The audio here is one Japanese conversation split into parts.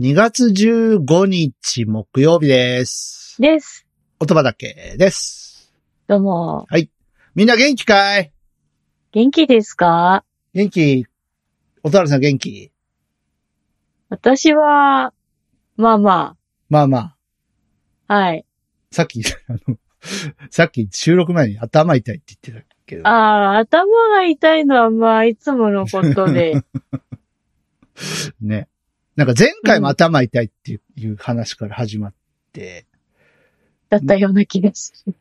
2月15日木曜日です。です。音畑です。どうも、みんな元気かい元気ですか元気音原さん元気私は、まあままあまあ、あ、はい。さっき、あの、さっき収録前に頭痛いって言ってたけど、ああ、頭が痛いのはまあ、いつものこ とで。ね。なんか前回も頭痛いっていういう話から始まって、だったような気がする。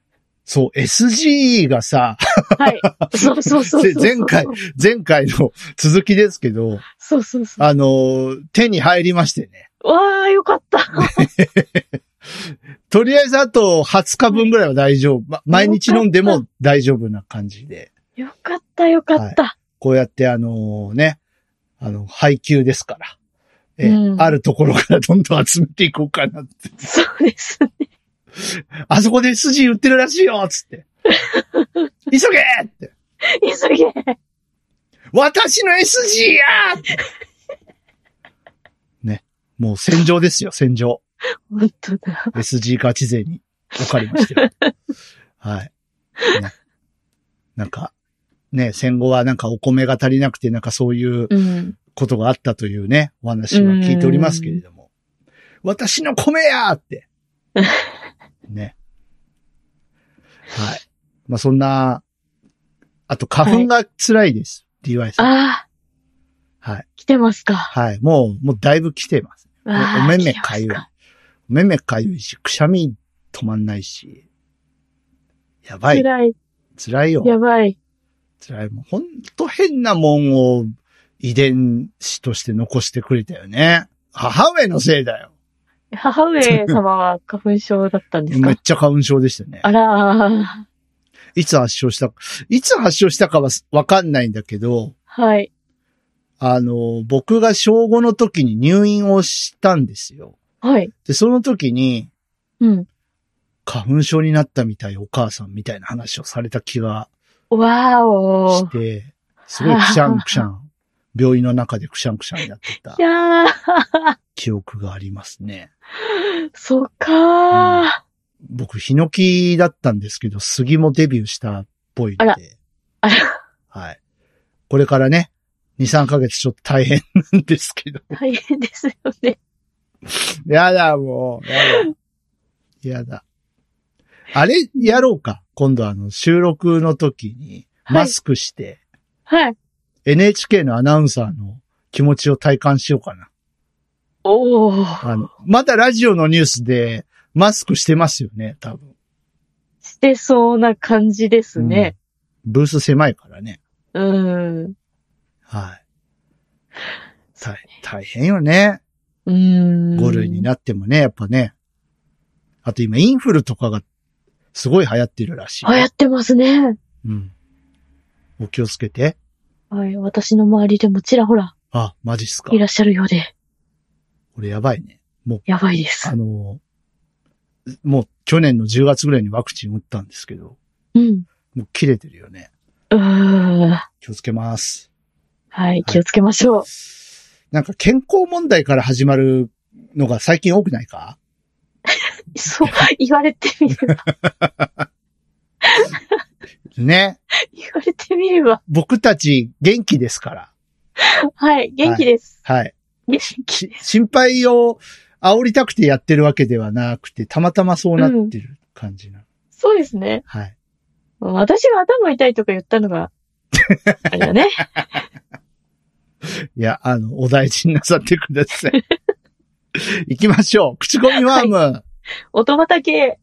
そう、SG がさ、はい。そうそうそうそう。 前回。前回の続きですけど、そうそうそう。あの、手に入りましてね。わあ、よかった。とりあえずあと20日分ぐらいは大丈夫。ま毎日飲んでも大丈夫な感じで。よかった、よかった。こうやってあのね、あの、配給ですから。え、うんあるところからどんどん集めていこうかなって。そうですね。あそこで筋売ってるらしいよっつって。急げって。急げ。私の SG やね。もう戦場ですよ、戦場。本当だ。 SG ガチ勢に分かりましたよ。はい、ねなんか、ね、戦後はなんかお米が足りなくて、なんかそういううん。ことがあったというね、お話は聞いておりますけれども。私の米やーって。ね。はい。まあ、そんな、あと花粉が辛いです。DY さん。ああ、はい。来てますか。はい。もう、もうだいぶ来てます。わあおめめ来てますかゆい。目目かゆいし、くしゃみ止まんないし。やばい。辛い。辛いよ。やばい。辛い。もうほんと変なもんを遺伝子として残してくれたよね。母上のせいだよ。母上様は花粉症だったんです めっかちゃ花粉症でしたね。あらー、いつ発症した、いつ発症したかはわかんないんだけど、はい。あの、僕が小5の時に入院をしたんですよ。はい。で、その時にうん。花粉症になったみたいお母さんみたいな話をされた気がわーおしー。て、すごいくしゃんくしゃ ん、病院の中でくしゃんくしゃんやってたいやー、記憶がありますね。そっかー。僕、ヒノキだったんですけど、杉もデビューしたっぽいのあらで。あはい。これからね、2、3ヶ月ちょっと大変なんですけど。 大変ですよね。やだ、もう。やだ。やだ。あれ、やろうか。今度あの、収録の時に、はいマスクして、はい。 NHK のアナウンサーの気持ちを体感しようかな。おー。あの、まだラジオのニュースで、マスクしてますよね、多分。してそうな感じですね。うんブース狭いからね。うん。うはい。大大変よね。ーん。 5類になってもね、やっぱね。あと今、インフルとかがすごい流行ってるらしい。流行ってますね。うん。お気をつけて。はい。私の周りでもちらほらあ、マジっすかい。らっしゃるようで、俺やばいね。やばいですあ。のー、もう去年の10月ぐらいにワクチン打ったんですけど、うん。もう切れてるよね。うー。気をつけます。はい。気をつけましょう。なんか健康問題から始まるのが最近多くないかそう、言われてみれば、ね。言われてみれば。僕たち元気ですから。はい。元気です。はい。元気しです。心配を煽りたくてやってるわけではなくて、たまたまそうなってる感じな。そうですね。はい。私が頭痛いとか言ったのが、あれ だね。いや、あの、お大事になさってください。行きましょう。口コミワーム。音畑。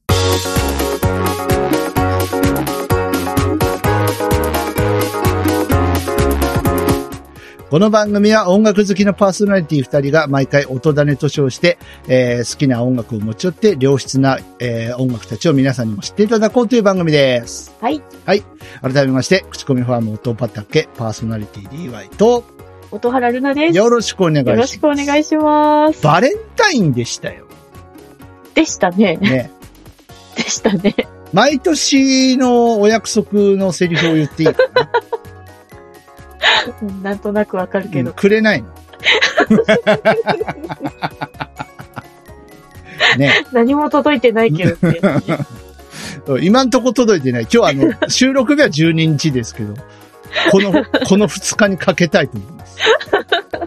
この番組は音楽好きのパーソナリティ二人が毎回音種と称して、えー好きな音楽を持ち寄って良質な、えー音楽たちを皆さんにも知っていただこうという番組です。はい。改めまして、口コミファーム音畑パーソナリティ DY と、音原ルナです。よよろしくお願いします。ろしくお願いします。バレンタインでしたよ。でしたね。ね。でしたね。毎年のお約束のセリフを言っていいかな うんなんとなくわかるけうんど。くれないの。ね。何も届いてないけどって。 今んとこ届いてない。今日 あの、収録日は12日ですけど、この、この2日にかけたいと思います。はい。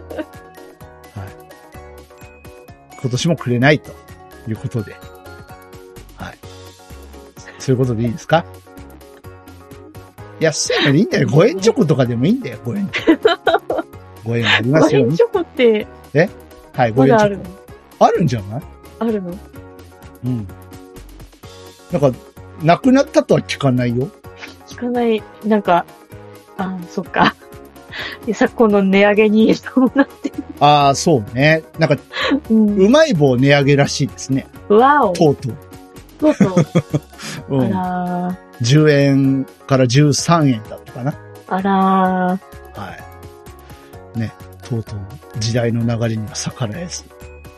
今年もくれないということで。はい。そういうことでいいですか安いのでいいんだよ。5円チョコとかでもいいんだよ、5円チョコ。5円あります5よう円に。チョコって、はい、5ま円だチあョるコの。あるんじゃないあるのうん。なんか、なくなったとは聞かないよ。聞かない、なんか、あ、そっか。で昨今の値上げに伴って。ああ、そうね。なんか、うん。うまい棒値上げらしいですね。わお。とうとう。そうそう。うあん。らー。 10円から13円だったかな。あらー。はい。ね。とうとう、時代の流れには逆らえず。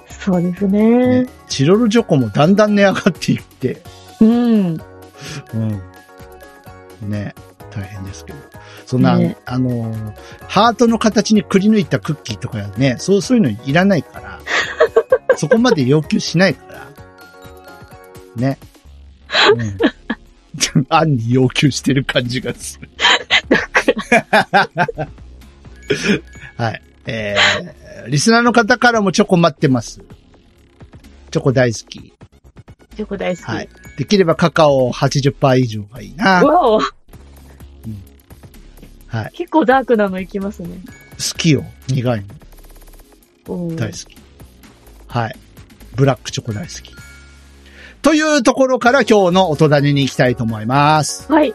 そうですねね。チロルチョコもだんだん値上がっていって。うん。うん。ね。大変ですけど。そんな、ねあのー、ハートの形にくり抜いたクッキーとかね、そう、そういうのいらない から、そこまで要求しないから、ね。 うん。案に要求してる感じがす る。はい。えー、リスナーの方からもチョコ待ってます。チョコ大好き。チョコ大好き。はい。できればカカオ80%以上がいいな。わお。はい。結構ダークなのいきますね。好きよ。苦いのうん大好き。はい。ブラックチョコ大好き。というところから今日の音種に行きたいと思います。はい。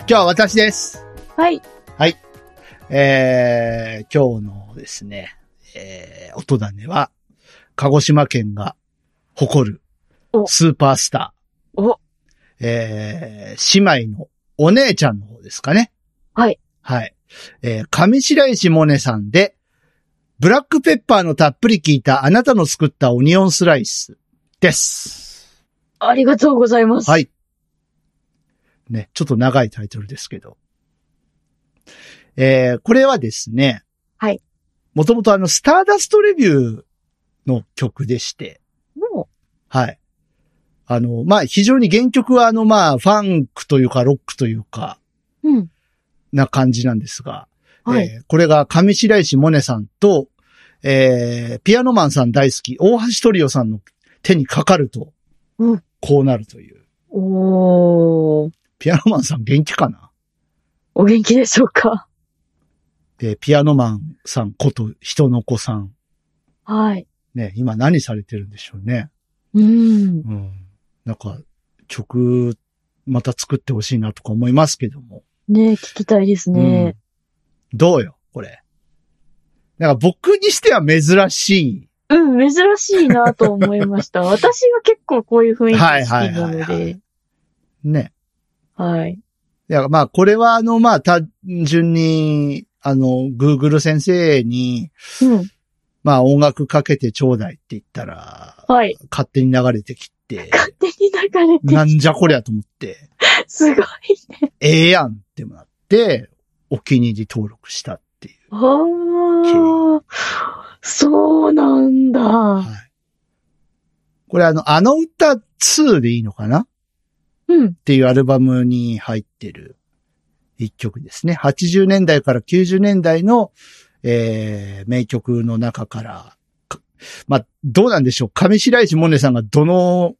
今日は私です。はい。えー、今日のですね、えー、音種は、鹿児島県が誇るおスーパースタお、ー、えー、姉妹のお姉ちゃんの方ですかね。はい。はい。えー上白石萌音さんで、ブラックペッパーのたっぷり効いたあなたの作ったオニオンスライスです。ありがとうございます。はい。ね、ちょっと長いタイトルですけど。えーこれはですね。はい。もともとあの、スターダストレビューの曲でして。もはい。あの、まあ、非常に原曲はあの、まあ、ファンクというか、ロックというか、う、うん。な感じなんですが。はい。えーこれが上白石萌音さんと、えーピアノマンさん大好き、大橋トリオさんの手にかかると、うんこうなるという。おー。ピアノマンさん元気かな、お元気でしょうかえーピアノマンさんこと人の子さん。はい。ね、今何されてるんでしょうね。うん。うん。なんか、曲、また作ってほしいなとか思いますけども。ねえ聞きたいですね。うん、どうよ、これ。なんか僕にしては珍しいうん、珍しいなと思いま した。私は結構こういう雰囲気好きなはいはいはいのはで。ね。はい。いや、まあ、これは、あの、まあ、単純に、あの、Google 先生に、うん。まあ、音楽かけてちょうだいって言ったら、はい。勝手に流れてきて、勝手に流れて、なんじゃこりゃと思って、すごいね。ええやんってなって、お気に入り登録したっていう。ああ、そうなんだ。はい。これ、あの、あの歌2でいいのかなっうん。ていうアルバムに入ってる一曲ですね。80年代から90年代の、えー、名曲の中から、かまあ、どうなんでしょう。上白石萌音さんがどの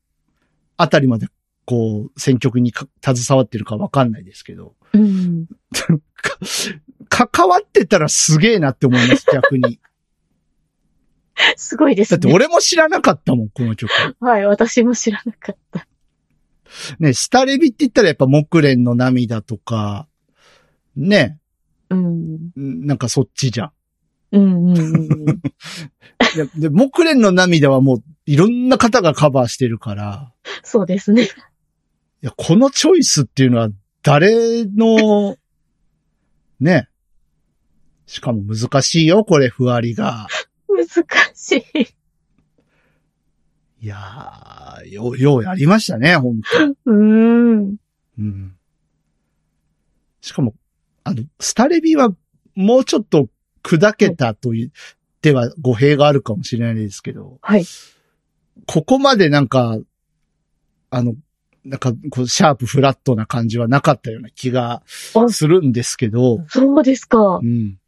あたりまで、こう、選曲にか携わってるかわかんないですけど、うん。か関わってたらすげえなって思います、逆に。すごいでだすってね。俺も知らなかったもん、この曲。はい、私も知らなかった。ね、スタレビって言ったらやっぱ木蓮の涙とか、ね、うん。なんかそっちじゃん。うん、ういん、 うん。やで、木蓮の涙はもういろんな方がカバーしてるから、そうですね。いや、このチョイスっていうのは誰の、ね。しかも難しいよ、これ、ふわりが。難しい。いやー、よう、ようやりましたね、本当うん。うん。しかも、あの、スタレビはもうちょっと砕けたと言っては語弊があるかもしれないですけど、はい。ここまでなんか、あの、なんか、こう、シャープフラットな感じはなかったような気があするんですけど、そうですかう。ん。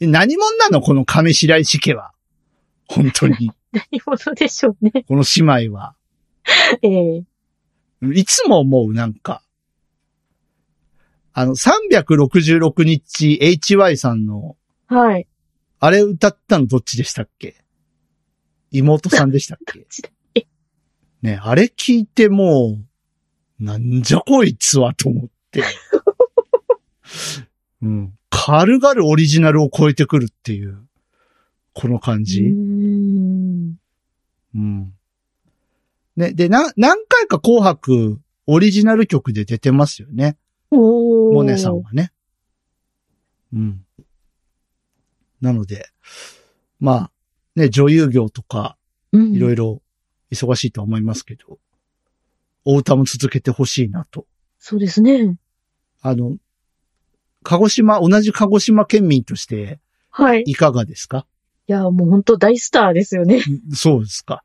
え何者なのこの亀白石家は。本当に。 何者でしょうね。この姉妹は。ええいつも思う、なんか。あの、366日 HY さんの、はい。あれ歌ったのどっちでしたっけ妹さんでしたっけちだね、あれ聞いてもう、なんじゃこいつはと思 って。うん。軽々オリジナルを超えてくるっていう、この感じ。うーん。うん。ね、で、な、何回か紅白オリジナル曲で出てますよね。おー。モネさん。はね。うん。なので、まあ、ね、女優業とか、うん。いろいいろ忙しいとは思いますけど、お歌も続けてほしいなと。そうですね。あの、鹿児島、同じ鹿児島県民として、はい。いいかがですかや、もう本当大スターですよね。そうですか。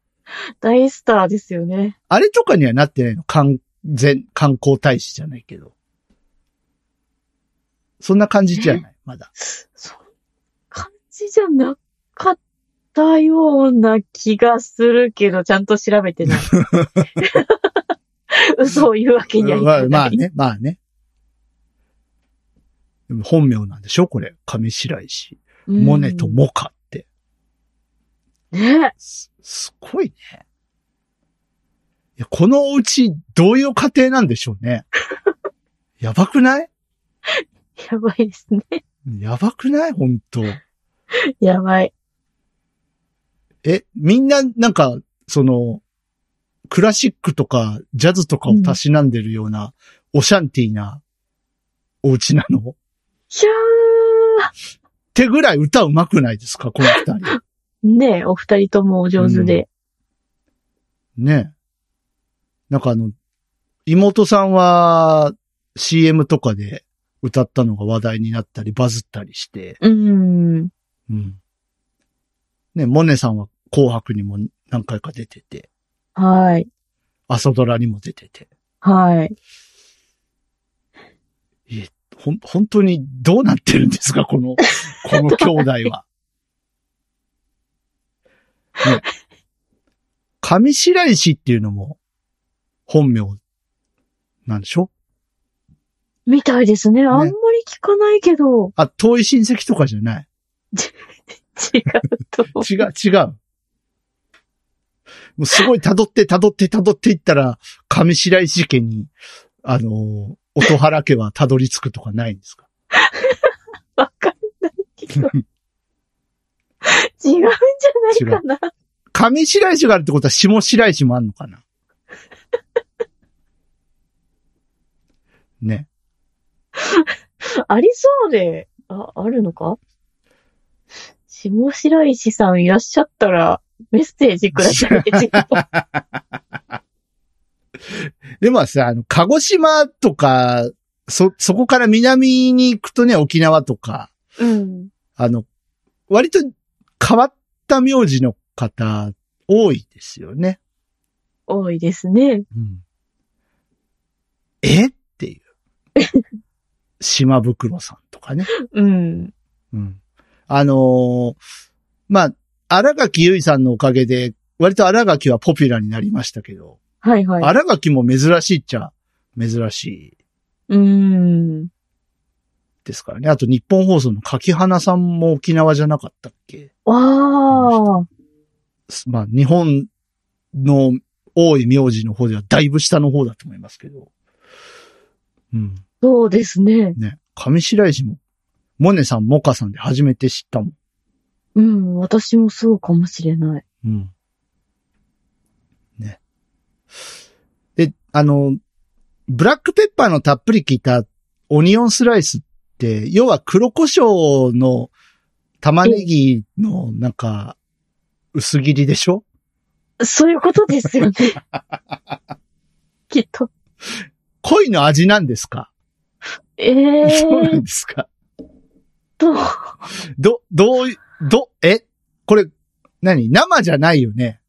大スターですよね。あれとかにはなってないの完全、観光大使じゃないけど。そんな感じじゃないまだ。そう感じじゃなかったような気がするけど、ちゃんと調べ てない。嘘を言うわけにはいかまなあい。まあね、まあね。でも本名なんでしょこれ。上白石。うんモネとモカって。ね。す、すごいね。いや、このおうち、どういう家庭なんでしょう ね。やばくないやばいですね。やばくない本当やばい。え、みんな、なんか、その、クラシックとか、ジャズとかをたしなんでるような、オシャンティーな、お家なのっひゃてぐらい歌うまくないですかこの二人。ーねえ、お二人ともお上手で。ねえ。なんかあの、妹さんは、CM とかで歌ったのが話題になったり、バズったりして、うん。うん。ねえモネさんは紅白にも何回か出てて、はい。朝ドラにも出てて。はい。ほん、本当にどうなってるんですかこの、 この兄弟は。ね。上白石っていうのも、本名、なんでしょみたいですね。あんまり聞かないけど、あ、遠い親戚とかじゃない。違うと思う。違う、違う。もうすごい辿って辿って辿っていったら、上白石家に、あのー音原家は辿り着くとかないんですかわかんないけど。違うんじゃないかな。上白石があるってことは下白石もあるのかなね。ありそうで、あ、あるのか下白石さんいらっしゃったら、メッセージくださいって 違う。でもさ、あの、鹿児島とか、そ、そこから南に行くとね、沖縄とか、うん。あの、割と変わった名字の方、多いですよね。多いですね。うん。えっていう。島袋さんとかね。うん。うん。あのーまあ、荒垣結衣さんのおかげで、割と荒垣はポピュラーになりましたけど、はいはい。荒垣も珍しいっちゃ珍しいうーん。ですからね。あと日本放送の柿花さんも沖縄じゃなかったっけわあ。すまあ、日本の多い名字の方ではだいぶ下の方だと思いますけど。うん。そうですね。ね。上白石も、モネさん、モカさんで初めて知ったもん。うん。私もそうかもしれない。うん。ね。で、あの、ブラックペッパーのたっぷり効いたオニオンスライスって、要は黒胡椒の玉ねぎのなんか、薄切りでしょそういうことです よね。きっと。恋の味なんですか、ええそうなんー、ですかと、 ど、どうい、ど、えこれ、何生じゃないよね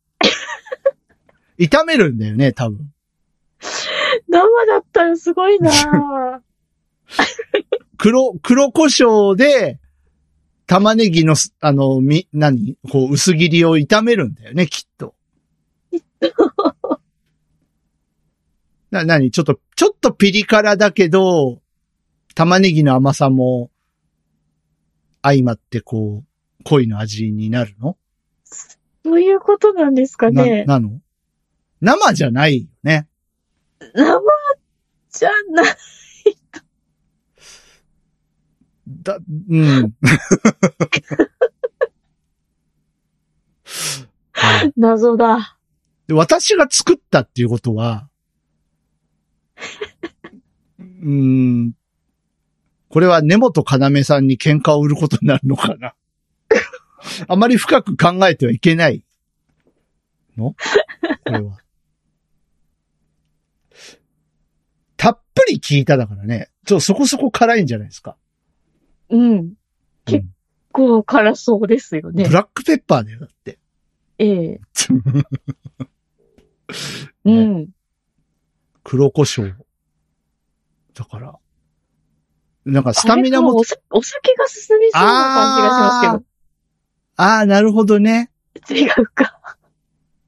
炒めるんだよね、多分。生だったらすごいな ぁ黒、黒胡椒で、玉ねぎのす、あの、み、何こう、薄切りを炒めるんだよね、きっと。な、何ちょっと、ちょっとピリ辛だけど、玉ねぎの甘さも、相まってこう、恋の味になるのそういうことなんですかな、ね。なの生じゃないよね。生じゃない。だ、うん。はい謎だ。で私が作ったっていうことは、うーん、これは根本要さんに喧嘩を売ることになるのかな。あまり深く考えてはいけないのこれは。たっぷり効いただからね。ちょ、そこそこ辛いんじゃないですか。うん。結こう辛そうですよブね。ラックペッパーだよ、だって。ええ。うん。黒胡椒。だから。なんかスタミナあれかもお、酒お酒が進みそうな感じがしますああ、なるほどね。けど。違うか。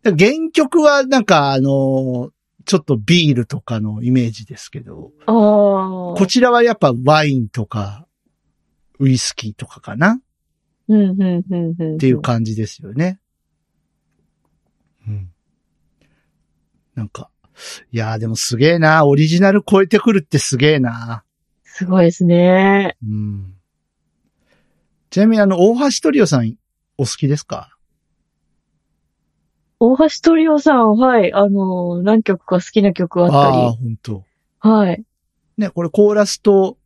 原曲はなんかあのーちょっとビールとかのイメージですけど、ああ。こちらはやっぱワインとか、ウイスキーとかかなうん、うん、うん、うん。っていう。感じですよね。うん。なんか、いやーでもすげえなオリジナル超えてくるってすげえなすごいですね。うんちなみにあの、大橋トリオさんお好きですか大橋トリオさん、はい。あの、何曲か好きな曲あったああー、り。本当。はい。ね、これコーラスと、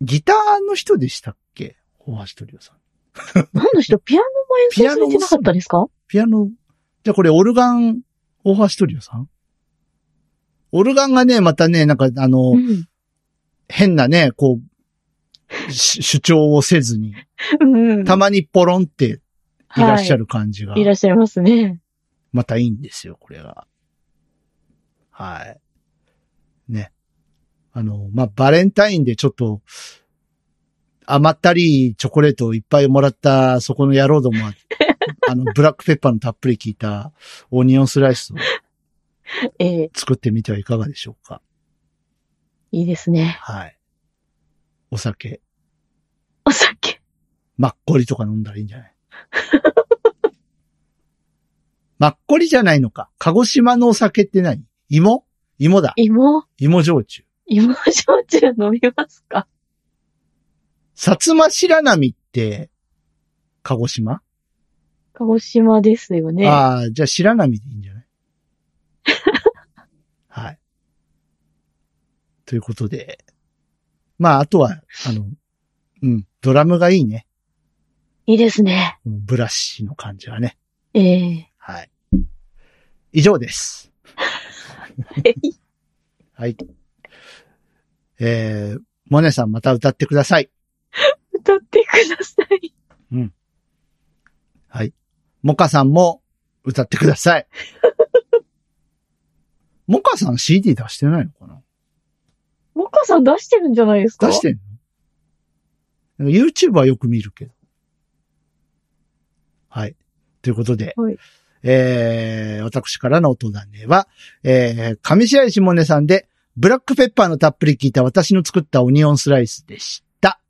ギターの人でしたっけ大橋トリオさん。何の人ピアノも演奏されてなかったですかピアノ、じゃあこれオルガン、大橋トリオさんオルガンがね、またね、なんかあの、うん。変なね、こう、し主張をせずに、うん。たまにポロンっていらっしゃる。る感じが。いらっしゃいますね。またいいんですよ、これが。はい。ね。あの、まあ、バレンタインでちょっと、甘ったりいチョコレートをいっぱいもらった、そこの野郎どもは、 あの、ブラックペッパーのたっぷり効いたオニオンスライスをええ作ってみてはいかがでしょうか。いいですね。はい。お酒、お酒。マッコリとか飲んだらいいんじゃない マッコリじゃないのか。鹿児島のお酒って何芋芋だ。芋芋焼酎。芋焼酎飲みますか薩摩白波って、鹿児島、鹿児島ですよね。ああ、じゃあ白波でいいんじゃない はい。ということで。まあ、あとは、あの、うん、ドラムがいいね。いいですね。うんブラシの感じはね。ええはい。以上です。はいはい。えー、モネさんまた歌ってください。歌ってください。はい。モカさんも歌ってください。 モカさん CD 出してないのかなモカさん出してるんじゃないですか出してんのなんか ?YouTube はよく見るけど。はい。ということで、はいえー、私からのお登壇では、えー、上白石萌音さんで、ブラックペッパーのたっぷり効いた私の作ったオニオンスライスでした。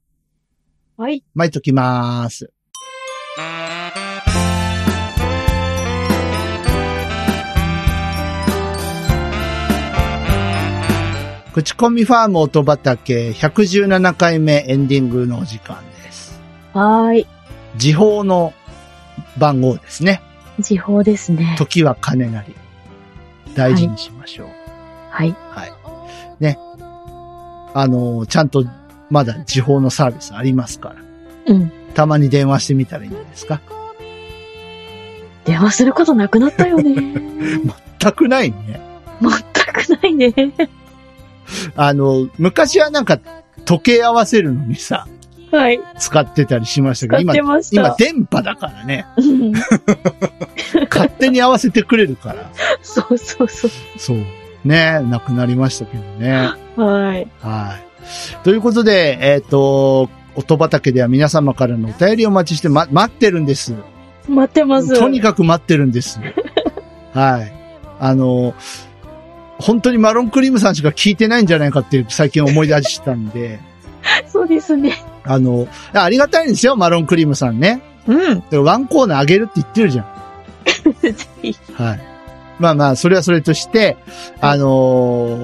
はい。巻いときまーす。口コミファーム音畑117回目エンディングのお時間です。はーい。時報の番号ですね。時報ですね。時は金なり。大事にしましょう。はい。はい。ね。あのー、ちゃんとまだ時報のサービスありますから。うん。たまに電話してみたらいいんじゃないですか。電話することなくなったよね。 全くないね。全くないね。あの、昔はなんか時計合わせるのにさ、はい。使ってたりしましたけ使ど、今って、まし今た。電波だからね。うん勝手に合わせてくれる から。そうそうそそう。ね、なくなりましたけどね。う。はい。はい。ということで、えっ、と、音畑では皆様からのお便りをお待ちして、ま、待ってるんです。待ってます。とにかく待ってるんです。 はい。あの、本当にマロンクリームさんしか聞いてないんじゃないかっていう最近思い出したんで、そうですね。あの、ありがたいんですよ、マロンクリームさんね。うん。でワンコーナーあげるって言ってる じゃん。ぜひ。はい。まあまあ、それはそれとして、あの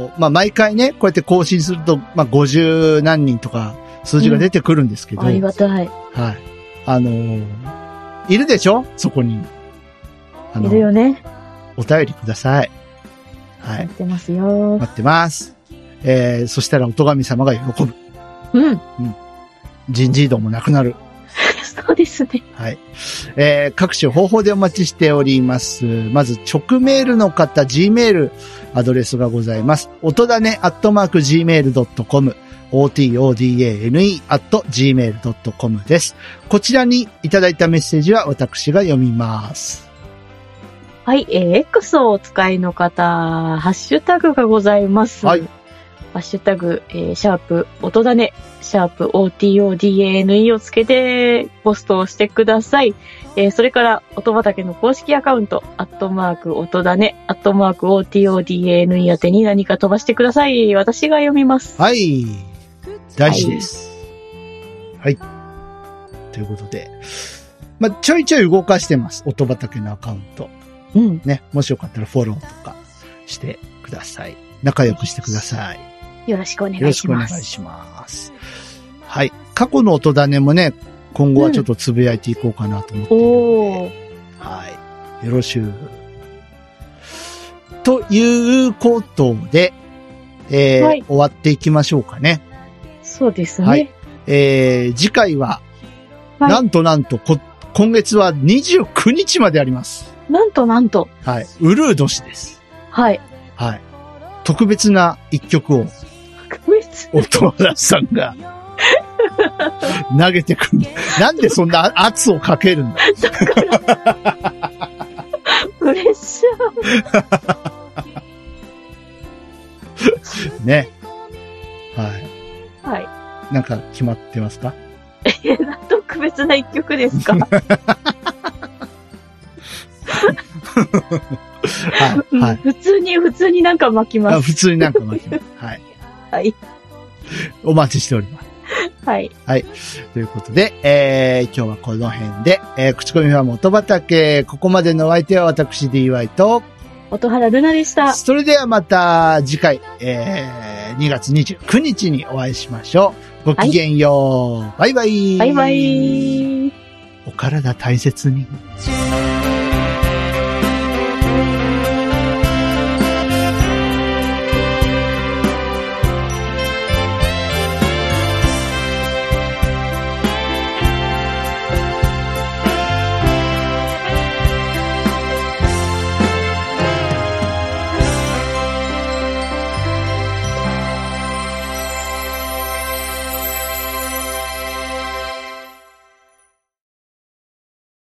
ーまあ毎回ね、こうやって更新すると、まあ50何人とか数字が出てくるんですけど、ありがたい。はい。あのーいるでしょそこに。あいのる、よね。お便りください。は待っい。てますよ。待ってます。えー、そしたらおとがみ様が喜ぶ。うん。人事異動もなくなる。そうですね。はい。えー各種方法でお待ちしております。まず、直メールの方、G メール、アドレスがございます。音だね、アットマーク、gmail.com、otodane、アット、gmail.com です。こちらにいただいたメッセージは私が読みます。はい、えー X をお使いの方、ハッシュタグがございます。はいハッシュタグ、えーシャープ、音だね、シャープ、OTODANE をつけて、ポストをしてください。えーそれから、音畑の公式アカウント、アットマーク、音だね、アットマーク、OTODANE 宛てに何か飛ばしてください。私が読みます。はい。大事です。はい。ということで、まあ、ちょいちょい動かしてます。音畑のアカウント。うん。ね、もしよかったらフォローとかしてください。仲良くしてください。よろしくお願よろいししくお願まいす。します。はい。過去の音種もね、今後はちょっとつぶやいていこうかなと思っているので、おー。はい。よろしゅう。ということで、えーはい終わっていきましょうかね。そうですね。はいえー、次回は、はいなんとなんとこ、今月は29日まであります。なんとなんと。はい。ウルー年です。はい。はい。特別な一曲を、特別。お友達さんが、投げてくる。なんでそんな圧をかけるんだプレッ シャー。ね。はい。はい。なんか決まってますか特別な一曲ですか はい。うんはい。普通に、普通になんか巻きあます。普通になんか待ってます。はい。はい。お待ちしております。はい。ということで、えー、今日はこの辺で、えー、口コミファーム音畑、ここまでのお相手は私 DY と、音原ルナでした。それではまた次回、えー、2月29日にお会いしましょう。ごきげんよう。バイバイ。バイバイ。お体大切に。中